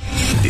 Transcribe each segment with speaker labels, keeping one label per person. Speaker 1: The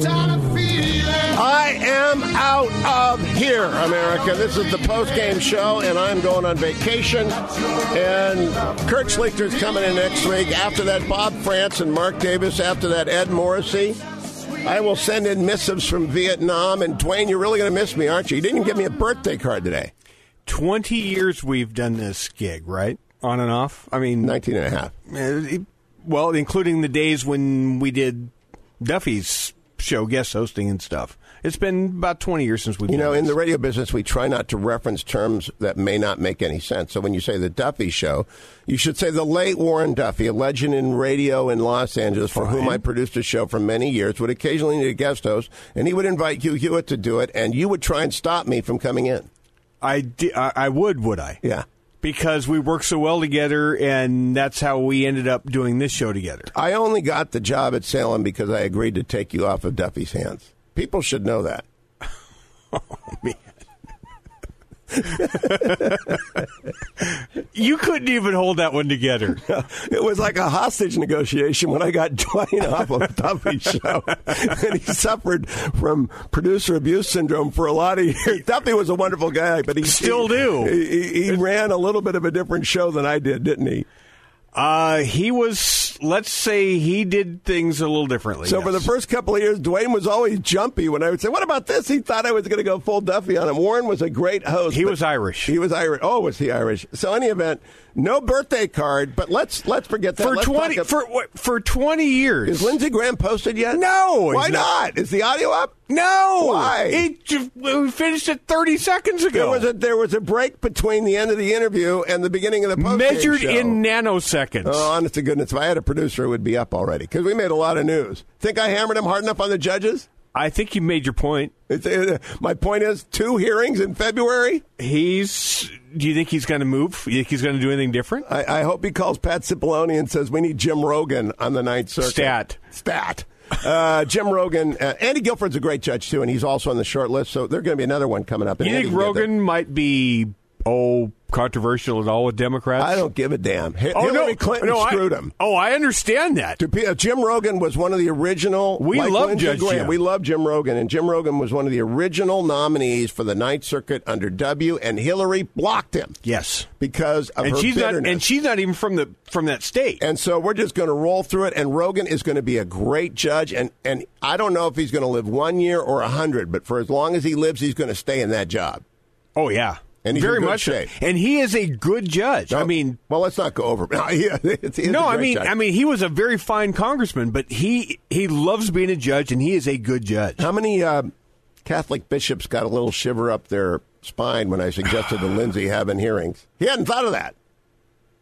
Speaker 2: hooked on a feeling.
Speaker 3: I am out of here, America. This is the post-game show, and I'm going on vacation. And Kurt Schlichter's coming in next week. After that, Bob France and Mark Davis. After that, Ed Morrissey. I will send in missives from Vietnam. And Dwayne, you're really going to miss me, aren't you? You didn't even give me a birthday card today.
Speaker 4: 20 years we've done this gig, right? On and off. I mean,
Speaker 3: 19 and a half.
Speaker 4: eh, well, including the days when we did Duffy's show guest hosting and stuff. It's been about 20 years since we've
Speaker 3: You
Speaker 4: done
Speaker 3: know, in
Speaker 4: this.
Speaker 3: the radio business, we try not to reference terms that may not make any sense. So when you say the Duffy Show, you should say the late Warren Duffy, a legend in radio in Los Angeles, for whom I produced a show for many years, would occasionally need a guest host, and he would invite Hugh Hewitt to do it, and you would try and stop me from coming in.
Speaker 4: I, di- I, I would, would I?
Speaker 3: Yeah.
Speaker 4: Because we work so well together, and that's how we ended up doing this show together.
Speaker 3: I only got the job at Salem because I agreed to take you off of Duffy's hands. People should know that.
Speaker 4: You couldn't even hold that one together.
Speaker 3: It was like a hostage negotiation when I got Dwayne off of Duffy's show. and he suffered from producer abuse syndrome for a lot of years. Duffy was a wonderful guy, but he
Speaker 4: Still do.
Speaker 3: He, he, he ran a little bit of a different show than I did, didn't he?
Speaker 4: Uh, he was, let's say, he did things a little differently.
Speaker 3: So for the
Speaker 4: yes.
Speaker 3: first couple of years, Dwayne was always jumpy when I would say, What about this? He thought I was going to go full Duffy on him. Warren was a great host.
Speaker 4: He
Speaker 3: but-
Speaker 4: was Irish.
Speaker 3: He was Irish. Oh, was he Irish? So any event, no birthday card, but let's let's forget that.
Speaker 4: for
Speaker 3: Let's
Speaker 4: twenty
Speaker 3: talk ab-
Speaker 4: for what for twenty years.
Speaker 3: Is Lindsey Graham posted yet?
Speaker 4: No,
Speaker 3: Why
Speaker 4: he's not.
Speaker 3: not? Is the audio up?
Speaker 4: no,
Speaker 3: Why?
Speaker 4: It ju- we finished it thirty seconds
Speaker 3: There
Speaker 4: ago.
Speaker 3: was a there was a break between the end of the interview and the beginning of the post
Speaker 4: measured in nanoseconds.
Speaker 3: Oh, honest to goodness, if I had a producer, it would be up already because we made a lot of news. Think I hammered him hard enough on the judges?
Speaker 4: I think you made your point.
Speaker 3: It's, uh, my point is, two hearings in February.
Speaker 4: He's. Do you think he's going to move? You think he's going to do anything different?
Speaker 3: I, I hope he calls Pat Cipollone and says we need Jim Rogan on the Ninth Circuit.
Speaker 4: Stat.
Speaker 3: stat. Uh, Jim Rogan, uh, Andy Guilford's a great judge too, and he's also on the short list. So there's going to be another one coming up. and
Speaker 4: you
Speaker 3: Andy
Speaker 4: think
Speaker 3: can get there.
Speaker 4: Rogan might be oh controversial at all with Democrats?
Speaker 3: I don't give a damn. Hi-
Speaker 4: Oh
Speaker 3: Hillary
Speaker 4: no,
Speaker 3: Clinton
Speaker 4: no, I-
Speaker 3: screwed him.
Speaker 4: Oh, I understand that.
Speaker 3: To P- uh, Jim Rogan was one of the original.
Speaker 4: We
Speaker 3: like
Speaker 4: love
Speaker 3: Lindsey
Speaker 4: Judge
Speaker 3: Graham,
Speaker 4: Jim.
Speaker 3: We love Jim Rogan, and Jim Rogan was one of the original nominees for the Ninth Circuit under W. And Hillary blocked him
Speaker 4: Yes,
Speaker 3: because of
Speaker 4: and
Speaker 3: her
Speaker 4: she's
Speaker 3: bitterness.
Speaker 4: not. And she's not even from the from that state.
Speaker 3: And so we're just going to roll through it. And Rogan is going to be a great judge. And and I don't know if he's going to live one year or a hundred, but for as long as he lives, he's going to stay in that job.
Speaker 4: Oh yeah,
Speaker 3: And he's
Speaker 4: very
Speaker 3: in good
Speaker 4: much. so.
Speaker 3: shape.
Speaker 4: And he is a good judge. I mean,
Speaker 3: well, let's not go over. No, he, is- he is
Speaker 4: no,
Speaker 3: a
Speaker 4: I
Speaker 3: great
Speaker 4: mean,
Speaker 3: judge.
Speaker 4: I mean, he was a very fine congressman, but he he loves being a judge, and he is a good judge.
Speaker 3: How many uh, Catholic bishops got a little shiver up their spine when I suggested to Lindsay having hearings? He hadn't thought of that.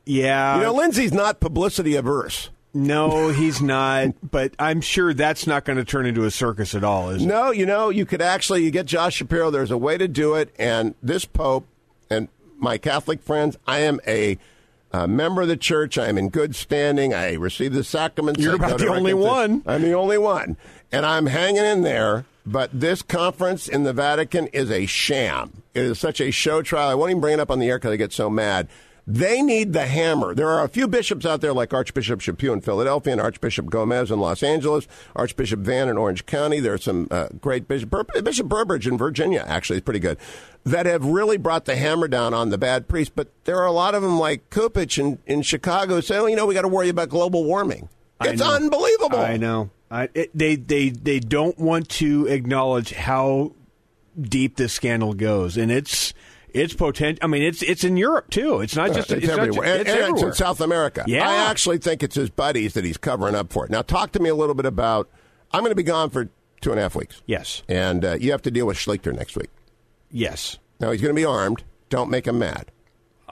Speaker 4: Yeah,
Speaker 3: You
Speaker 4: Uh,
Speaker 3: know, Lindsay's not publicity averse.
Speaker 4: no, he's not. But I'm sure that's not going to turn into a circus at all, is it?
Speaker 3: No, you know, you could actually you get Josh Shapiro. There's a way to do it, and this Pope and my Catholic friends, I am a. uh member of the church, I am in good standing. I receive the sacraments.
Speaker 4: You're
Speaker 3: I go
Speaker 4: about
Speaker 3: to
Speaker 4: the only
Speaker 3: reconcil-
Speaker 4: one.
Speaker 3: I'm the only one, and I'm hanging in there. But this conference in the Vatican is a sham. It is such a show trial. I won't even bring it up on the air because I get so mad. They need the hammer. There are a few bishops out there like Archbishop Chaput in Philadelphia and Archbishop Gomez in Los Angeles, Archbishop Van in Orange County. There are some uh, great bishops. Bur- Bishop Burbridge in Virginia, actually, is pretty good, that have really brought the hammer down on the bad priests. But there are a lot of them like Kupich in, in Chicago who say, oh, you know, we got to worry about global warming.
Speaker 4: I
Speaker 3: It's
Speaker 4: know.
Speaker 3: unbelievable.
Speaker 4: I know. I, it, they they they don't want to acknowledge how deep this scandal goes, and it's it's potent. I mean, it's it's in Europe too. It's not just
Speaker 3: Uh, it's,
Speaker 4: not ju-
Speaker 3: everywhere. and,
Speaker 4: it's
Speaker 3: and
Speaker 4: everywhere.
Speaker 3: it's in South America.
Speaker 4: Yeah.
Speaker 3: I actually think it's his buddies that he's covering up for it. Now, talk to me a little bit about. I'm going to be gone for two and a half weeks.
Speaker 4: Yes.
Speaker 3: And uh, you have to deal with Schlichter next week.
Speaker 4: Yes,
Speaker 3: Now, he's going to be armed. Don't make him mad.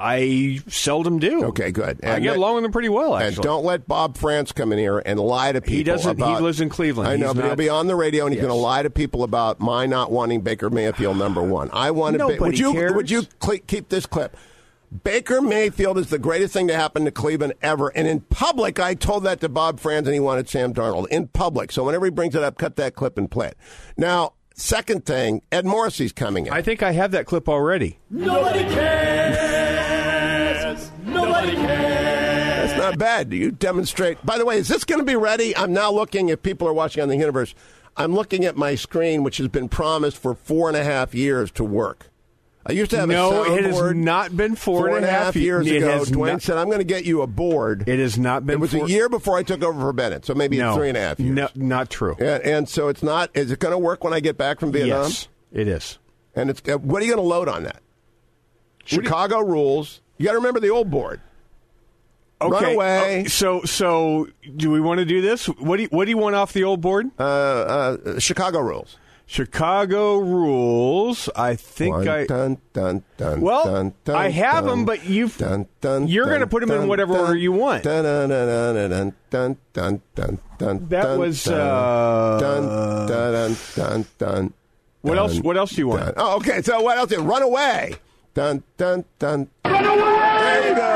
Speaker 4: I seldom do.
Speaker 3: Okay, good.
Speaker 4: I
Speaker 3: And
Speaker 4: get
Speaker 3: let-
Speaker 4: along with them pretty well. Actually,
Speaker 3: And don't let Bob France come in here and lie to people.
Speaker 4: doesn't- he
Speaker 3: About,
Speaker 4: lives in Cleveland.
Speaker 3: I know,
Speaker 4: He's
Speaker 3: but he'll
Speaker 4: not-
Speaker 3: be on the radio and he's
Speaker 4: Yes.
Speaker 3: going to lie to people about my not wanting Baker Mayfield number one. I want to.
Speaker 4: Nobody
Speaker 3: would you
Speaker 4: cares.
Speaker 3: would you cl- keep this clip? Baker Mayfield is the greatest thing to happen to Cleveland ever. And in public, I told that to Bob Franz and he wanted Sam Darnold. In public. So whenever he brings it up, cut that clip and play it. Now, second thing, Ed Morrissey's coming in.
Speaker 4: I think I have that clip already.
Speaker 5: Nobody cares. Nobody cares.
Speaker 3: That's not bad. You demonstrate. By the way, is this going to be ready? I'm now looking, if people are watching on the universe, I'm looking at my screen, which has been promised for four and a half years to work. I used to have a
Speaker 4: No,
Speaker 3: soundboard.
Speaker 4: it has not been four
Speaker 3: four and a half
Speaker 4: ye-
Speaker 3: years
Speaker 4: it
Speaker 3: ago.
Speaker 4: has
Speaker 3: Dwayne
Speaker 4: not-
Speaker 3: said, I'm going to get you a board.
Speaker 4: It has not been
Speaker 3: It was
Speaker 4: four-
Speaker 3: a year before I took over for Bennett, so maybe
Speaker 4: no,
Speaker 3: it's three and a half years.
Speaker 4: No, not true.
Speaker 3: And, and so it's not, is it going to work when I get back from Vietnam?
Speaker 4: Yes, it is.
Speaker 3: And it's, uh, what are you going to load on that? Chicago rules. You got to remember the old board. Run away.
Speaker 4: Uh, so, so do we want to do this? What do you, What do you want off the old board?
Speaker 3: Uh, Chicago rules.
Speaker 4: Chicago rules. I think
Speaker 3: One,
Speaker 4: I.
Speaker 3: dun, dun, dun,
Speaker 4: Well,
Speaker 3: dun, dun,
Speaker 4: I have
Speaker 3: dun,
Speaker 4: 'em, but you've-
Speaker 3: dun, dun,
Speaker 4: you're
Speaker 3: dun,
Speaker 4: gonna put 'em in
Speaker 3: dun,
Speaker 4: whatever
Speaker 3: dun,
Speaker 4: order you want.
Speaker 3: Dun, dun, dun, dun, dun, dun, dun, dun, dun,
Speaker 4: That
Speaker 3: dun,
Speaker 4: was,
Speaker 3: dun,
Speaker 4: uh,
Speaker 3: dun, dun, dun, dun, dun,
Speaker 4: What
Speaker 3: dun,
Speaker 4: else- what else do you want?
Speaker 3: dun. Oh, okay. So what else? Run away. Dun dun dun. There you go.